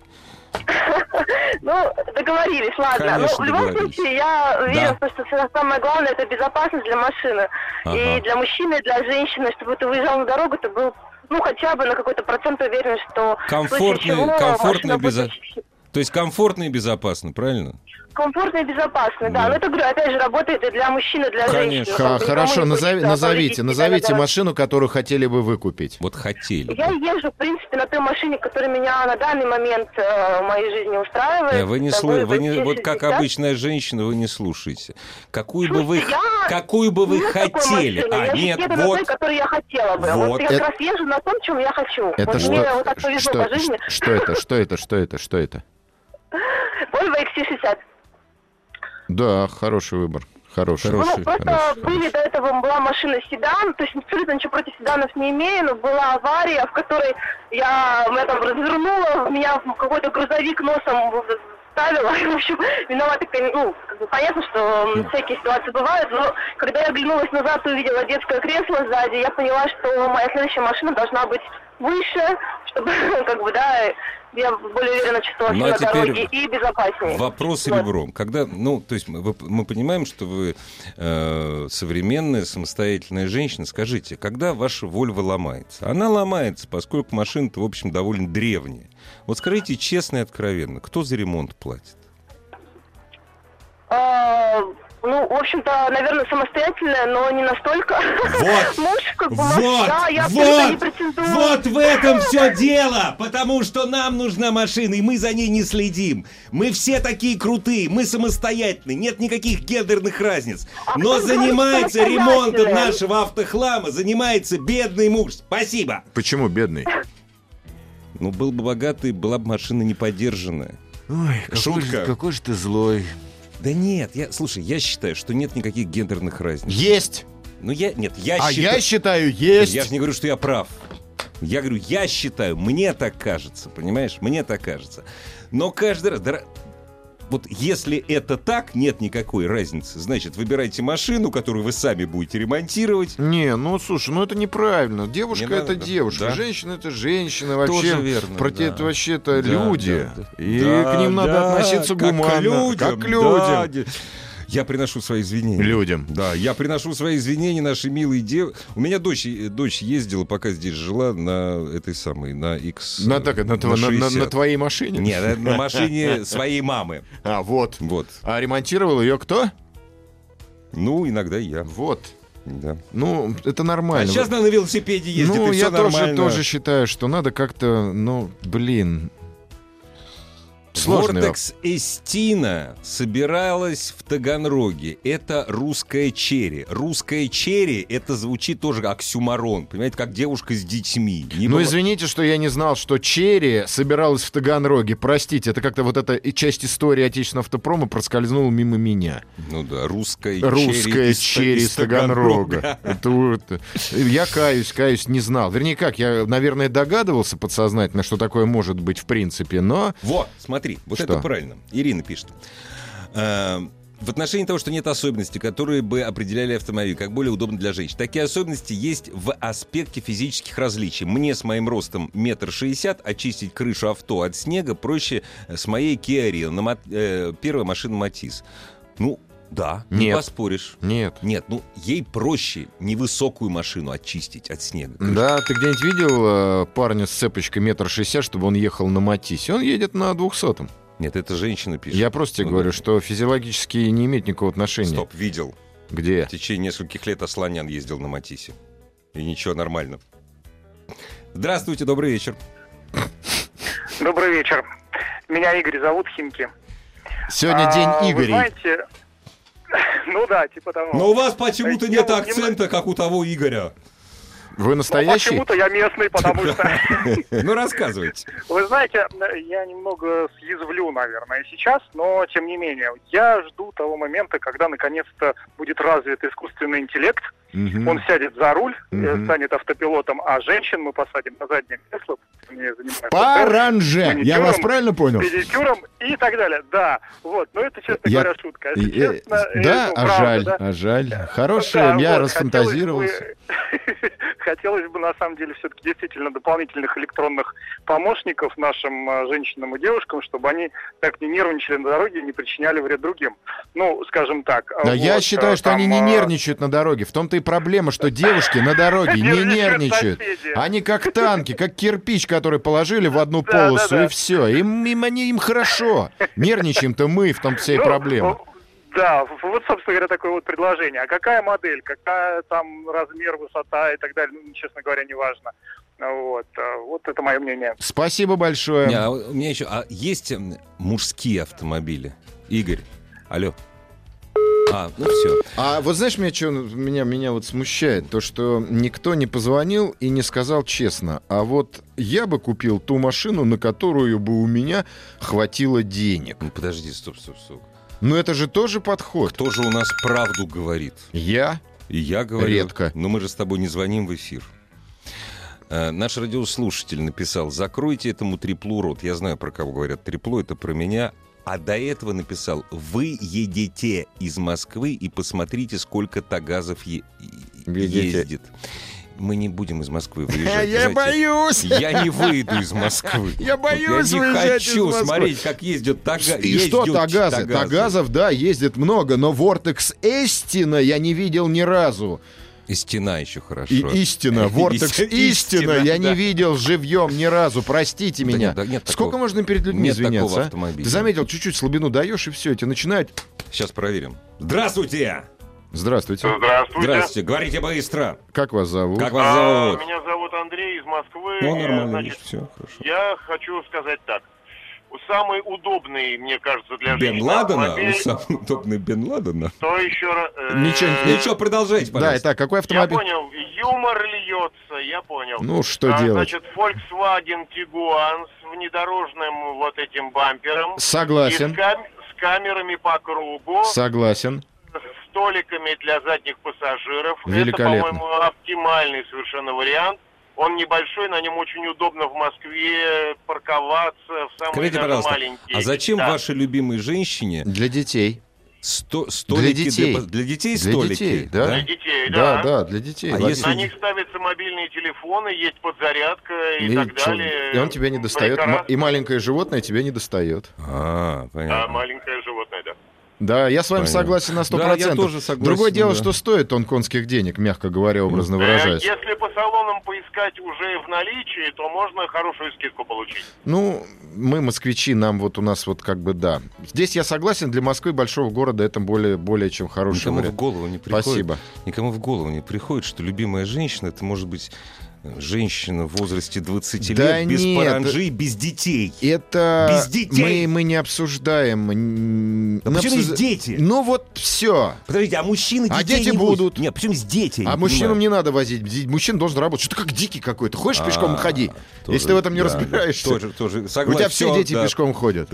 D: Ну, договорились, ладно.
B: Конечно,
D: ну, в любом
B: договорились.
D: случае, я верю в
B: Да.
D: то, что всё- самое главное это безопасность для машины.
B: Ага.
D: И для мужчины, и для женщины, чтобы ты выезжал на дорогу, ты был ну, хотя бы на какой-то процент уверен, что... в случае
B: Комфортный-
D: чего
B: комфортный
D: машина будет
B: безо- То есть комфортно и безопасно, правильно?
D: Комфортно и безопасно, да.
B: Да.
D: Но это, говорю, опять же, работает и для мужчин, и для
B: Конечно.
D: женщин.
C: Ха-
D: чтобы никому
C: Хорошо, назови-
D: не хочется повредить
C: назовите,
D: себя
C: назовите
D: на дороге.
C: машину, которую хотели бы вы купить.
B: Вот хотели.
D: Я
B: бы.
D: езжу, в принципе, на той машине, которая меня на данный момент э, в моей жизни устраивает. ну,
B: Э, Вы не
D: Это
B: слы-
D: Volvo
B: вы не- вот как
D: C60.
B: обычная женщина, вы не слушаете. Какую бы вы,
D: Слушайте, я-
B: какую бы вы
D: Нет такой
B: хотели?
D: машины.
B: А
D: я
B: нет,
D: еду на той,
B: вот
D: которую я хотела бы.
B: Вот
D: Вот, я как
C: это-
D: раз езжу на том, чем я хочу.
C: Это
D: вот мне
C: что?
D: вот так повезло
C: Что
D: по жизни.
C: что это? Что это? Что это? Что это?
D: Volvo XC60.
C: Да, хороший выбор. Хороший.
B: Хороший.
D: ну, просто
C: хорошо.
D: были до этого была машина седан, то есть абсолютно ничего против седанов не имею, но была авария, в которой я меня там развернула, меня в какой-то грузовик носом ставила. В общем, виноваты, кон- ну, как бы понятно, что
B: Хм.
D: м, всякие ситуации бывают, но когда я оглянулась назад и увидела детское кресло сзади, я поняла, что моя следующая машина должна быть выше, чтобы, как бы, да, я более уверенно чувствовала
B: Ну,
D: себя
B: а
D: на
B: теперь
D: дороге и безопаснее.
B: Вопрос
D: Вот.
B: ребром. Когда, ну, то есть мы, вы- мы понимаем, что вы э, современная самостоятельная женщина. Скажите, когда ваша Вольва ломается? Она ломается, поскольку машина-то, в общем, довольно древняя. Вот скажите честно и откровенно, кто за ремонт платит?
D: А, ну, в общем-то, наверное, самостоятельная, но не настолько.
B: Вот!
D: Муж, как бы,
B: Вот,
D: да, я абсолютно не
B: вот,
D: претендую.
B: вот в этом все дело, потому что нам нужна машина, и мы за ней не следим. Мы все такие крутые, мы самостоятельные, нет никаких гендерных разниц.
D: А
B: Но
D: кто говорит,
B: занимается
D: что мы
B: ремонтом
D: самостоятельные?
B: нашего автохлама, занимается бедный муж. Спасибо.
C: Почему бедный?
B: Ну, был бы богатый, была бы машина не поддержанная.
C: Ой,
B: какой Шутка. же-
C: какой же ты злой.
B: Да нет, я, слушай, я считаю, что нет никаких гендерных разниц.
C: Есть!
B: Ну, я, нет, я
C: а
B: считаю...
C: я считаю, есть!
B: Я же не говорю, что я прав. Я говорю, я считаю, мне так кажется, понимаешь? Мне так кажется. Но каждый раз... дра- Вот если это так, нет никакой разницы. Значит, выбирайте машину, которую вы сами будете ремонтировать.
C: Не, ну слушай, ну это неправильно. Девушка
B: Не надо,
C: это
B: да.
C: девушка,
B: Да.
C: женщина это женщина вообще.
B: Тоже верно,
C: проте-
B: да.
C: это вообще-то
B: Да,
C: люди.
B: да, да.
C: И
B: Да,
C: к ним надо
B: да,
C: относиться
B: как
C: гуманно,
B: К людям,
C: как к
B: да.
C: людям.
B: Я приношу свои извинения.
C: Людям.
B: Да, я приношу свои извинения нашей милой дев... У меня дочь, э, дочь ездила, пока здесь жила, на этой самой, на X...
C: На, так, на, тво- на- на- на
B: 60.
C: твоей машине?
B: Нет, на- на машине своей мамы.
C: А, вот.
B: Вот.
C: А ремонтировал ее кто?
B: Ну, иногда я.
C: Вот.
B: Да.
C: Ну, это
B: А
C: нормально.
B: сейчас она на велосипеде ездит,
C: ну,
B: и все
C: я
B: нормально.
C: тоже, тоже считаю, что надо как-то, ну, блин. Сложный
B: Вортекс Эстина собиралась в Таганроге. Это русская черри. Русская черри, это звучит тоже как оксюмарон. Понимаете, как девушка с детьми. Не
C: Ну,
B: было-
C: извините, что я не знал, что Черри собиралась в Таганроге. Простите, это как-то вот эта и часть истории отечественного автопрома проскользнула мимо меня.
B: Ну да, русская,
C: Русская
B: из-
C: Черри
B: из
C: из Таганрога. Это вот- Я каюсь, каюсь, не знал. Вернее, как, я, наверное, догадывался подсознательно, что такое может быть в принципе, но...
B: Вот, смотри, вот
C: Что?
B: это правильно. Ирина пишет. Э, В отношении того, что нет особенностей, которые бы определяли автомобиль, как более удобно для женщин. Такие особенности есть в аспекте физических различий. Мне с моим ростом метр шестьдесят очистить крышу авто от снега проще э, с моей Kia Rio, на мот- э, первая машина Матис. Ну, да, не
C: Нет.
B: поспоришь.
C: Нет.
B: Нет, ну ей проще невысокую машину очистить от снега.
C: Да, ты где-нибудь видел э, парня с цепочкой метр шестьдесят, чтобы он ехал на Матисе? Он едет на двухсотом.
B: Нет, это женщина пишет.
C: Я просто тебе
B: Ну,
C: говорю,
B: да.
C: что физиологически не имеет никакого отношения.
B: Стоп, видел.
C: Где?
B: В течение нескольких лет Асланян ездил на Матисе. И ничего, нормально. Здравствуйте, добрый вечер.
F: Добрый вечер. Меня Игорь зовут, Химки.
C: Сегодня
F: А,
C: день
F: вы
C: Игорей.
F: знаете, ну да, типа того.
B: Но у вас почему-то
F: Я
B: нет
F: вот
B: акцента, как у того Игоря.
C: Вы
F: Ну,
C: настоящий?
F: почему-то я местный, потому
C: Типа.
F: что,
B: Ну, рассказывайте.
F: вы знаете, я немного съязвлю, наверное, сейчас, но тем не менее, я жду того момента, когда наконец-то будет развит искусственный интеллект,
C: Мгм.
F: он сядет за руль, э,
C: Мгм.
F: станет автопилотом, а женщин мы посадим на заднее кресло, они занимаются
C: Паранже! Я вас
F: Маникюром.
C: правильно понял?
F: педикюром и так далее. Да, вот, но это, честно
C: Я-
F: говоря, шутка.
C: И-
F: Если
C: э,
F: честно, э,
C: Да,
F: ну,
C: а
F: правда,
C: жаль,
F: да.
C: а жаль. Хорошая,
F: Да,
C: я
F: вот,
C: расфантазировался.
F: Хотелось бы, хотелось бы, на самом деле, все-таки действительно дополнительных электронных помощников нашим э, женщинам и девушкам, чтобы они так не нервничали на дороге и не причиняли вред другим. Ну, скажем так.
C: Да я
F: вот,
C: считаю,
F: э,
C: что они
F: там,
C: не
F: э,
C: нервничают на дороге. В том-то и проблема, что девушки на дороге не нервничают.
F: Нервничают соседи.
C: Они как танки, как кирпич, который положили в одну
F: Да, да,
C: полосу,
F: да.
C: и все. Им, им, они, им хорошо. Нервничаем-то мы, в том-то вся и
F: Ну,
C: проблема.
F: в- Да, в- вот, собственно говоря, такое вот предложение. А какая модель, какая там размер, высота и так далее, ну, честно говоря, не важно. Вот, э, вот это мое мнение.
C: Спасибо
B: Не,
C: большое.
B: а У меня еще... А есть м, мужские автомобили? Игорь, алло. А, ну все.
C: А вот знаешь, меня, чё- меня, меня вот смущает? То, что никто не позвонил и не сказал честно. А вот я бы купил ту машину, на которую бы у меня хватило денег.
B: Ну, подожди, стоп, стоп, стоп.
C: Но это же тоже подход.
B: Кто же у нас правду говорит?
C: Я?
B: И я говорю...
C: Редко.
B: Но мы же с тобой не звоним в эфир. Э, Наш радиослушатель написал, закройте этому треплу рот. Я знаю, про кого говорят трепло, это про меня. А до этого написал, вы едете из Москвы и посмотрите, сколько тагазов е- и-
C: Едете.
B: ездит. Мы не будем из Москвы выезжать.
C: Э, Я
B: знаете.
C: боюсь!
B: Я не выйду из Москвы.
C: Я боюсь
B: Я не
C: выезжать из
B: хочу
C: Москвы.
B: смотреть, как ездят тага...
C: И что
B: ездят
C: Тагазы? Тагазов, да, ездит много, но Вортекс Эстина я не видел ни разу.
B: И стена еще хорошо.
C: И истина, Вортекс
B: Истина,
C: истина, я
B: да.
C: не видел живьем ни разу, простите
B: Да
C: меня.
B: нет, да нет
C: Сколько
B: такого.
C: можно перед людьми
B: Нет
C: извиняться?
B: такого
C: а?
B: автомобиля.
C: Ты заметил, чуть-чуть слабину даешь, и все, и тебе начинают...
B: Сейчас проверим. Здравствуйте!
C: Здравствуйте,
G: Здравствуйте.
B: Здравствуйте, говорите быстро.
C: как вас зовут?
B: Как вас
G: А,
B: зовут?
G: Меня зовут Андрей из Москвы.
B: Ну,
G: Э,
B: нормально,
G: Значит,
B: все, хорошо.
G: я хочу сказать так. Самый удобный, мне кажется, для
B: Бен
G: женщин
B: Ладена?
G: автомобиль,
B: Самый удобный Бен Ладена?
G: то еще раз... э,
C: Ничего не-
B: Ничего, продолжайте,
C: да,
B: пожалуйста.
C: итак, какой
G: Я
C: автомобиль?
G: понял, юмор льется, я понял.
C: Ну, что
G: А,
C: делать?
G: Значит, Volkswagen Tiguan с внедорожным вот этим бампером. И с,
C: Согласен,
G: кам- с камерами по кругу,
C: согласен.
G: с столиками для задних пассажиров.
C: Великолепно.
G: Это, по-моему, оптимальный совершенно вариант. Он небольшой, на нем очень удобно в Москве парковаться, в самый
B: Скажите,
G: даже
B: пожалуйста,
G: маленький.
B: а зачем
G: Да.
B: вашей любимой женщине
C: Для детей.
B: сто- столики
C: детей.
B: па- для детей
C: Для
B: столики?
C: детей, да.
G: Для детей,
C: Да, да, для детей.
B: А
C: Логично.
B: если
G: На них ставятся мобильные телефоны, есть подзарядка и,
C: И
G: так
C: чё,
G: далее.
C: и он тебя не достает, м-
G: Прекрасно.
C: и маленькое животное тебя не достает.
B: А,
G: Да,
B: понятно.
G: маленькое животное, да. Э,
C: Да, я с вами
B: Понятно.
C: согласен на 100%.
B: Да, я тоже согласен,
C: Другое дело,
B: да.
C: что стоит он конских денег, мягко говоря, образно выражаясь.
G: Э, Если по салонам поискать уже в наличии, то можно хорошую скидку получить.
C: Ну, мы москвичи, нам вот у нас вот как бы да. Здесь я согласен, для Москвы большого города это более, более чем хороший
B: Никому в
C: вариант.
B: голову не приходит.
C: Спасибо.
B: Никому в голову не приходит, что любимая женщина это может быть женщина в возрасте 20
C: Да
B: лет без
C: нет.
B: паранджи и без детей.
C: Это
B: Без детей.
C: Мы, мы не обсуждаем. м,
B: Да
C: мы
B: почему
C: обсужда-
B: есть дети?
C: Ну вот все.
B: Подождите, а мужчины детей
C: А дети
B: не будет?
C: будут.
B: Нет, почему с дети?
C: А мужчинам не надо возить. Ди- Мужчина должен работать. Что ты как дикий какой-то? Хочешь пешком ходи? Если ты в этом не разбираешься.
B: А, Тоже, тоже.
C: У
B: Согласен.
C: тебя все дети
B: да.
C: пешком ходят.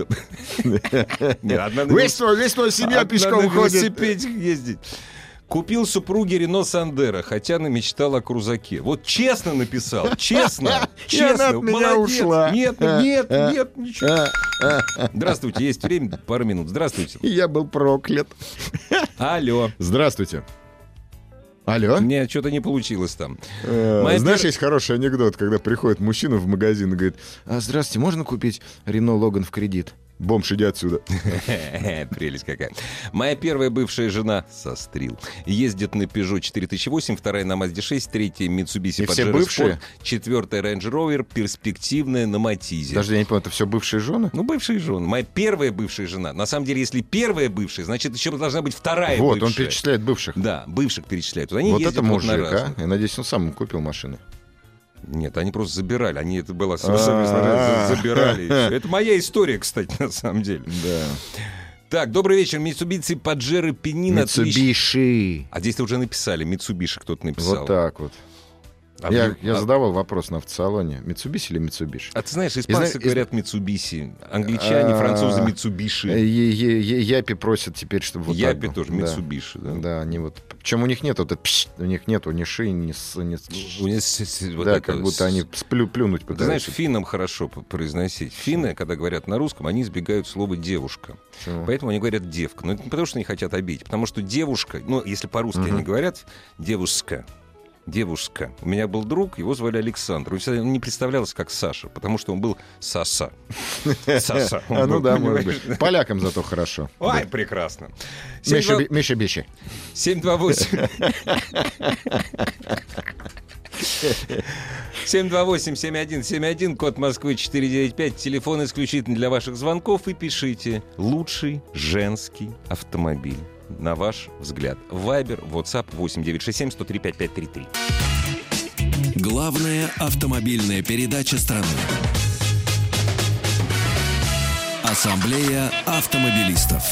B: Нет, одна на
C: Весь твой, весь твой
B: велосипед-
C: семья
B: одна
C: пешком
B: на
C: ходит.
B: велосипеде ездить. Купил супруге Рено Сандера, хотя она мечтала о крузаке. Вот честно написал, честно,
C: И она
B: честно.
C: от меня
B: молодец.
C: ушла.
B: Нет, ну нет,
C: А,
B: нет, ничего.
C: А,
B: Здравствуйте, есть время, пару минут. Здравствуйте.
C: Я был проклят.
B: Алло.
C: Здравствуйте. Алло.
B: У меня что-то не получилось там.
C: Э,
B: Моя
C: Знаешь,
B: пер-
C: есть хороший анекдот, когда приходит мужчина в магазин и говорит, «А, здравствуйте, можно купить Рено Логан в кредит? Бомж, иди отсюда.
B: Прелесть какая. Моя первая бывшая жена, сострил, ездит на Peugeot 4008, вторая на Mazda 6, третья Mitsubishi
C: И все
B: Pajero
C: бывшие?
B: Sport, четвертая Range Rover, перспективная на Матизе.
C: Даже я не понял, это все бывшие жены?
B: Ну, бывшая жена. Моя первая бывшая жена. На самом деле, если первая бывшая, значит, еще должна быть вторая
C: Вот,
B: бывшая.
C: он перечисляет бывших.
B: Да, бывших перечисляют. Вот Они
C: Вот
B: ездят
C: это
B: вот на
C: мужик, а?
B: разных.
C: Я надеюсь, он сам купил машины.
B: Нет, они просто забирали. Они это было...
C: А.
B: Забирали. и всё. Это моя история, кстати, на самом деле.
C: Да.
B: Так, добрый вечер. Митсубиси Паджеро Пенина.
C: Митсубиши.
B: А здесь уже написали, Митсубиши кто-то написал.
C: Вот так вот.
B: А
C: Я,
B: вдруг-
C: я
B: а-
C: задавал вопрос на автосалоне. Митсубиси или Митсубиши?
B: А ты знаешь,
C: знаешь,
B: испанцы
C: из-
B: говорят Митсубиси, англичане,
C: А.
B: французы
C: Э,
B: Митсубиши,
C: е- е- е- Япи просят теперь, чтобы вот так
B: япи
C: было.
B: тоже
C: Да.
B: Митсубиши. да.
C: Да, они вот... Причем у них нет вот это... «пш», У них нет ни ши, ни... с- ни с-
B: У них с- с- вот
C: да,
B: это
C: как
B: с-
C: будто они сплю, плюнуть
B: Ты знаешь,
C: пытаются.
B: финнам хорошо п- произносить. Финны, когда говорят на русском, они избегают слова «девушка».
C: Почему?
B: Поэтому они говорят «девка». Но это не потому, что они хотят обидеть. Потому что девушка... Ну, если по-русски
C: Мгм.
B: они говорят «девушка», Девушка. У меня был друг, его звали Александр. Он всегда он не представлялся как Саша, потому что он был Саса. Саса. он
C: А, ну
B: был,
C: да, может
B: понимаешь?
C: быть. Полякам зато хорошо.
B: Ой, прекрасно.
C: Миша,
B: 72-
C: Би- Миша Биши.
B: 728. 728-7171, код Москвы 495, телефон исключительно для ваших звонков и пишите «Лучший женский автомобиль» на ваш взгляд. Вайбер, WhatsApp 8967-103-5533.
A: Главная автомобильная передача страны. Ассамблея автомобилистов.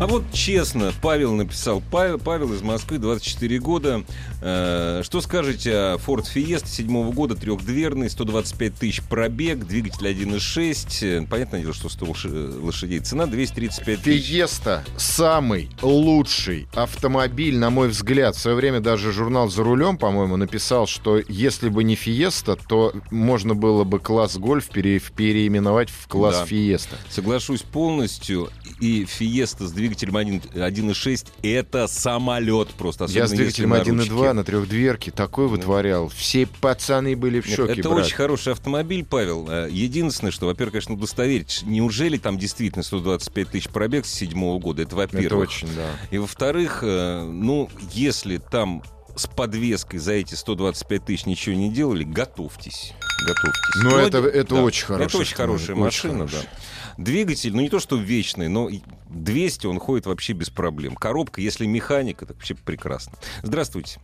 B: А вот честно, Павел написал. Павел, Павел из Москвы, 24 года. Э, что скажете о Ford Fiesta 7 года, трехдверный, 125 тысяч пробег, двигатель 1.6. Э, Понятное дело, что 100 лош- лошадей. Цена 235 тысяч.
C: Фиеста самый лучший автомобиль, на мой взгляд. В свое время даже журнал «За рулем», по-моему, написал, что если бы не Фиеста, то можно было бы класс гольф пере- переименовать в класс
B: Да.
C: Фиеста.
B: Соглашусь полностью. И Fiesta с двигателем 1 1.6 это самолет просто.
C: Я с
B: особенно если
C: двигателем
B: на
C: 1.2
B: ручке. Ну.
C: на трехдверке такой вытворял. Все пацаны были в
B: Нет,
C: шоке,
B: это
C: брат.
B: очень хороший автомобиль, Павел. Э, Единственное, что, во-первых, конечно, удостоверить, неужели там действительно 125 тысяч пробег с седьмого года. Это во-первых.
C: Это очень, да.
B: И во-вторых, э, ну, если там с подвеской за эти 125 тысяч ничего не делали, готовьтесь. Готовьтесь.
C: Ну, это- это
B: да,
C: очень хороший
B: Это очень хорошая
C: автомобиль, очень
B: машина,
C: хороший.
B: да. Двигатель, ну не то что вечный, но и 200 он ходит вообще без проблем. Коробка, если механика, так вообще прекрасно. Здравствуйте.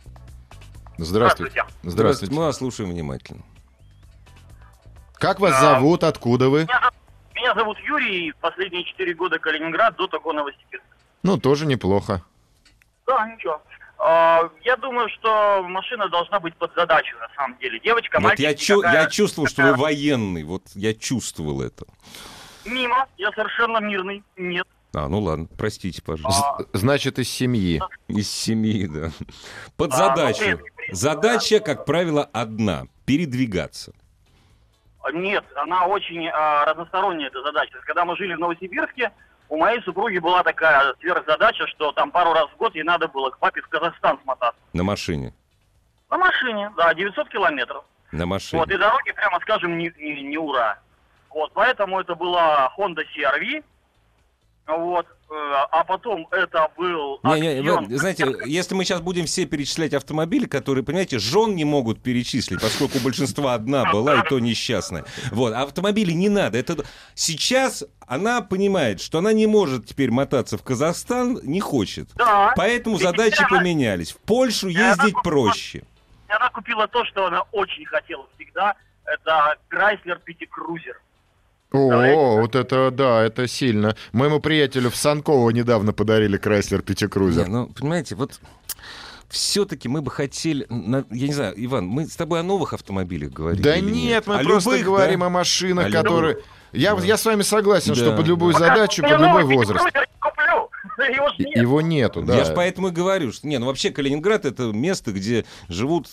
C: Здравствуйте. Здравствуйте.
B: Мы вас слушаем внимательно.
C: Как вас зовут? Откуда вы?
H: Меня зовут Юрий, и последние четыре года Калининград, до того Новосибирск.
C: Ну, тоже неплохо.
H: Да, ничего. А, Я думаю, что машина должна быть под задачу, на самом деле. Девочка,
B: Вот
H: мальчик,
B: я, чу-
H: никакая-
B: я чувствовал, что вы военный. Вот я чувствовал это.
H: Мимо, я совершенно мирный, нет.
B: А, ну ладно, простите, пожалуйста.
H: А.
C: З- Значит, из семьи.
B: Из семьи, да. Под
H: А, ну,
B: задачу.
H: привет, привет.
B: Задача, как правило, одна – передвигаться.
H: Нет, она очень а, разносторонняя, эта задача. Когда мы жили в Новосибирске, у моей супруги была такая сверхзадача, что там пару раз в год ей надо было к папе в Казахстан смотаться.
B: На машине.
H: На машине, да, 900 километров.
B: На машине.
H: Вот, и дороги, прямо скажем, не, не- не ура. Вот, поэтому это была Honda CRV. Вот, э, а потом это был...
B: Не, не,
H: Axion.
B: вы знаете, если мы сейчас будем все перечислять автомобили, которые, понимаете, жен не могут перечислить, поскольку у большинства одна была, и то несчастная. Вот, а автомобили не надо. Это... Сейчас она понимает, что она не может теперь мотаться в Казахстан, не хочет.
H: Да.
B: Поэтому
H: И
B: задачи
H: теперь она-
B: поменялись. В Польшу ездить проще.
H: И она купила то, что она очень хотела всегда. Это Chrysler Пятикрузер.
C: О,
H: Давай.
C: вот это, да, это сильно. Моему приятелю в Санково недавно подарили Крайслер
B: Не,
C: Пятикрузер.
B: ну, понимаете, вот все-таки мы бы хотели... на- Я не знаю, Иван, мы с тобой о новых автомобилях говорим.
C: А Да А
B: или
C: нет, мы
B: О
C: просто
B: любых,
C: говорим
B: да?
C: о машинах,
B: О
C: которые... Я,
B: Да.
C: я с вами согласен,
B: Да,
C: что под любую
B: да.
C: задачу, под любой возраст.
H: куплю. Его ж
C: И-
H: нет.
C: Его нету, да.
B: Я же поэтому и говорю, что... Не, ну вообще Калининград — это место, где живут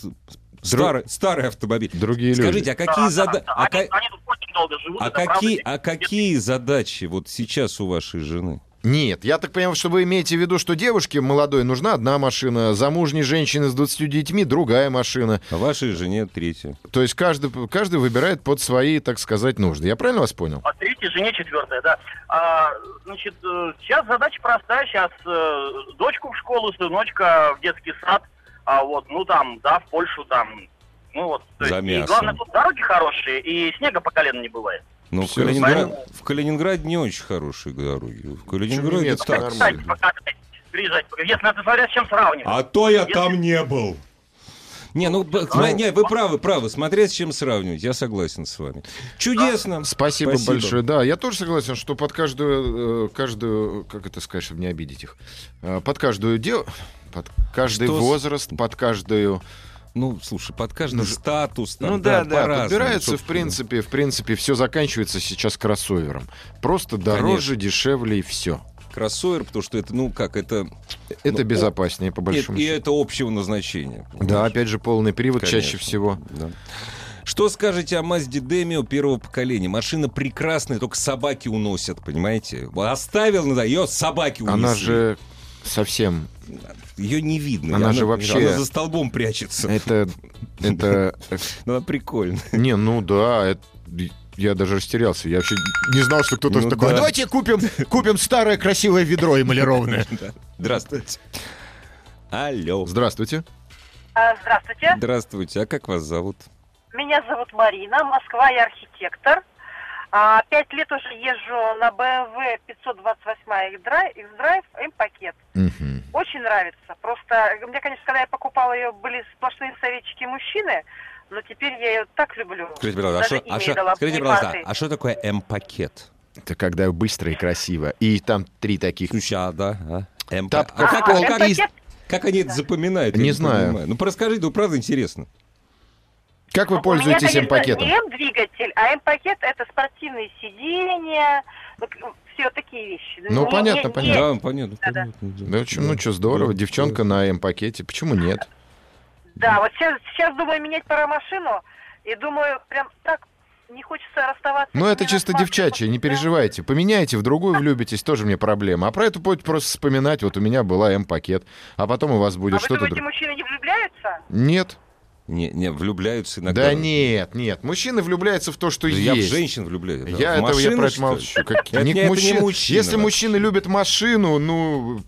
B: старые, старые автомобили.
C: Другие люди.
B: Скажите, а какие,
H: Да,
B: зада-
H: да, да.
B: а ка-
H: Они, они тут очень долго живут.
B: а
H: это правда.
B: какие, а какие задачи вот сейчас у вашей жены?
C: Нет, я так понимаю, что вы имеете в виду, что девушке молодой нужна одна машина, замужней женщине с 20 детьми другая машина.
B: А вашей жене третья.
C: То есть каждый, каждый выбирает под свои, так сказать, нужды. Я правильно вас понял?
H: А третья жене четвертая, да. А, значит, э, сейчас задача простая. Сейчас э, дочку в школу, сыночка в детский сад. А вот, ну там, да, в Польшу там. Ну вот. то есть,
B: За
H: и
B: мясом.
H: главное, тут дороги хорошие, и снега по колено не бывает.
B: Но Ну, в,
C: Всё,
B: Калининград...
H: знаю.
B: в Калининграде не очень хорошие дороги. В
C: Почему
B: Калининграде
C: нет?
B: так.
C: Нормально.
H: Кстати, покатайтесь, приезжайте. Если надо смотря с чем сравнивать.
B: А то я
H: Если-
B: там не был. Не, ну, б- см- не, вы правы, правы. Смотря с чем сравнивать, я согласен с вами.
C: А,
B: Чудесно.
C: Спасибо, большое. Да, я тоже согласен, что под каждую, э, каждую, как это сказать, чтобы не обидеть их, Э, под каждую дел, под каждый
B: Что с-
C: возраст, под каждую,
B: Ну, слушай, под каждый
C: Ну, ж-
B: статус. там,
C: ну да, да,
B: по-разному,
C: подбирается в
B: собственно.
C: принципе, в принципе, все заканчивается сейчас кроссовером, просто дороже, дешевле и все.
B: Кроссовер, потому что это, ну как, это...
C: Это
B: ну,
C: безопаснее
B: о-
C: по
B: и-
C: большому
B: и,
C: счету.
B: это общего назначения. Ну,
C: Да, опять же полный привод
B: Конечно.
C: чаще всего.
B: Да. Что скажете о Мазде Демио первого поколения? Машина прекрасная, только собаки уносят, понимаете? Оставил, ну да, ее собаки унесли.
C: Она же совсем
B: Ее не видно.
C: она же вообще-
B: Она за столбом прячется.
C: это это
B: Она прикольная.
C: не ну да это- я даже растерялся. Я вообще не знал, что кто-то
B: Ну
C: такой.
B: да.
C: Давайте купим, купим старое красивое ведро эмалированное.
B: Здравствуйте. Алло.
C: Здравствуйте.
D: А, Здравствуйте.
B: Здравствуйте. А как вас зовут?
D: Меня зовут Марина, Москва, я архитектор. А, Пять лет уже езжу на BMW 528 X-Drive, X-Drive M-пакет.
C: Мгм.
D: Очень нравится. Просто, э, мне, конечно, когда я покупала ее, были сплошные советчики мужчины, но теперь я ее так люблю.
B: Скажите, пожалуйста, а
D: Даже
B: шо- а
D: имя
B: шо-
D: дала
B: скажите,
D: мне
B: пожалуйста,
D: паты.
B: а что такое М-пакет?
C: Это когда быстро и красиво. И там три таких.
B: Ключа, да. а? МП.
C: Тап-
B: А как, как
D: А, это
B: они-
D: те-
B: как они это запоминают? я
C: Не знаю.
B: понимаю. Ну, расскажи, ну, правда интересно.
C: Как вы
D: У
C: пользуетесь
D: меня, конечно,
C: М-пакетом?
D: не М-двигатель, а М-пакет это спортивные сиденья, вот, ну, все такие вещи.
C: Ну,
D: Не-
C: понятно,
D: не- не-
C: понятно.
B: Да, понятно.
D: Да-да.
B: понятно, да.
C: Да, чё- ну что, здорово.
B: Да.
C: Девчонка на М-пакете. Почему нет?
D: Да, вот сейчас, сейчас думаю менять пора машину, и думаю, прям так не хочется расставаться.
C: Ну, это
D: именно
C: чисто
D: с маркой.
C: девчачье, не
D: Да.
C: переживайте. Поменяйте, в другую влюбитесь, тоже мне проблема. А про эту будете просто вспоминать. Вот у меня была М-пакет. А потом у вас
D: А
C: будет
D: вы
C: что-то...
D: думаете,
C: друг-
D: мужчины не влюбляются?
C: Нет.
B: Не, не, влюбляются иногда.
C: Да нет, нет. Мужчины влюбляются в то, что
B: Да Я в
C: есть.
B: женщин влюбляюсь. да.
C: Я
B: В
C: это я
B: машину, что
C: про это
B: ли?
C: молчу. Как-
B: Это
C: не
B: не-
C: к
B: это не
C: мужчин-
B: мужчина
C: Если
B: вообще.
C: мужчины любят машину, ну,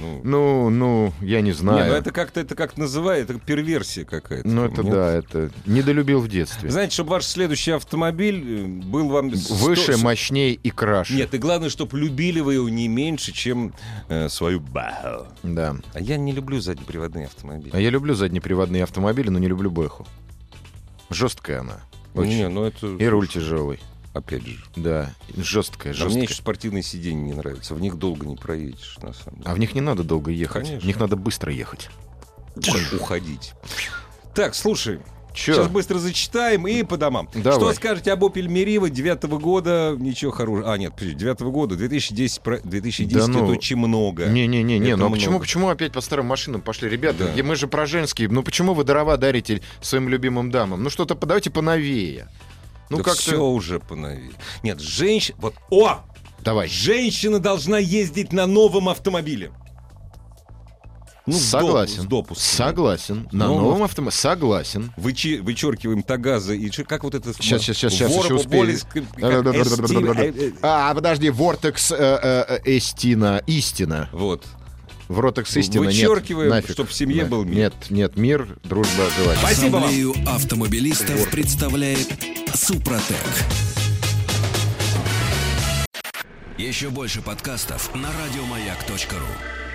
B: Ну,
C: ну, ну, я не
B: не, ну
C: знаю.
B: это как-то это как называют, это перверсия какая-то.
C: Ну
B: там,
C: это
B: нет?
C: да, это недолюбил в детстве.
B: Знаете, чтобы ваш следующий автомобиль э, был вам сто-
C: Выше,
B: с-
C: мощнее и краше.
B: Нет, и главное, чтобы любили вы его не меньше, чем э, свою баху.
C: Да.
B: А я не люблю заднеприводные автомобили.
C: А я люблю заднеприводные автомобили, но не люблю Бэху. Жесткая она. Очень.
B: Не, ну это
C: И руль тяжелый.
B: опять же.
C: Да. Жесткая,
B: А мне
C: жесткая.
B: еще спортивные сиденья не нравятся. В них долго не проедешь, на самом
C: А
B: деле.
C: в них не надо долго ехать.
B: Конечно.
C: В них надо быстро ехать. А
B: Уходить. Так, слушай,
C: Че?
B: сейчас быстро зачитаем и по домам.
C: Давай.
B: Что скажете об Opel Meriva 9 года? Ничего хорошего. А, нет, подожди, 9 года, 2010, про- 2010
C: Да ну,
B: это очень много.
C: Не-не-не, не,
B: Это
C: ну а
B: много.
C: почему, почему опять по старым машинам пошли? Ребята,
B: Да.
C: и мы же про женские. Ну почему вы дрова дарите своим любимым дамам? Ну что-то подавайте поновее. Ну
B: да
C: как-то...
B: все уже поновее. Нет, женщина... Вот, о!
C: Давай.
B: Женщина должна ездить на новом автомобиле. Ну, с доп-
C: Согласен.
B: С допуском.
C: Согласен. На
B: Ну,
C: новом автомобиле. Согласен.
B: Вычи- вычеркиваем тагазы и чё- как вот это
C: Сейчас, сейчас, сейчас, сейчас, еще успею.
B: Э,
C: А, подожди, Вортекс э, э, э, Эстина, Истина.
B: вот
C: В Ротекс Истина нет.
B: Вычеркиваем,
C: Нафиг.
B: чтоб в семье
C: Да.
B: был мир.
C: Нет, нет, мир, дружба, желательно.
B: Спасибо вам.
A: Ассамблею автомобилистов представляет Супротек. Еще больше подкастов на радиомаяк.ру.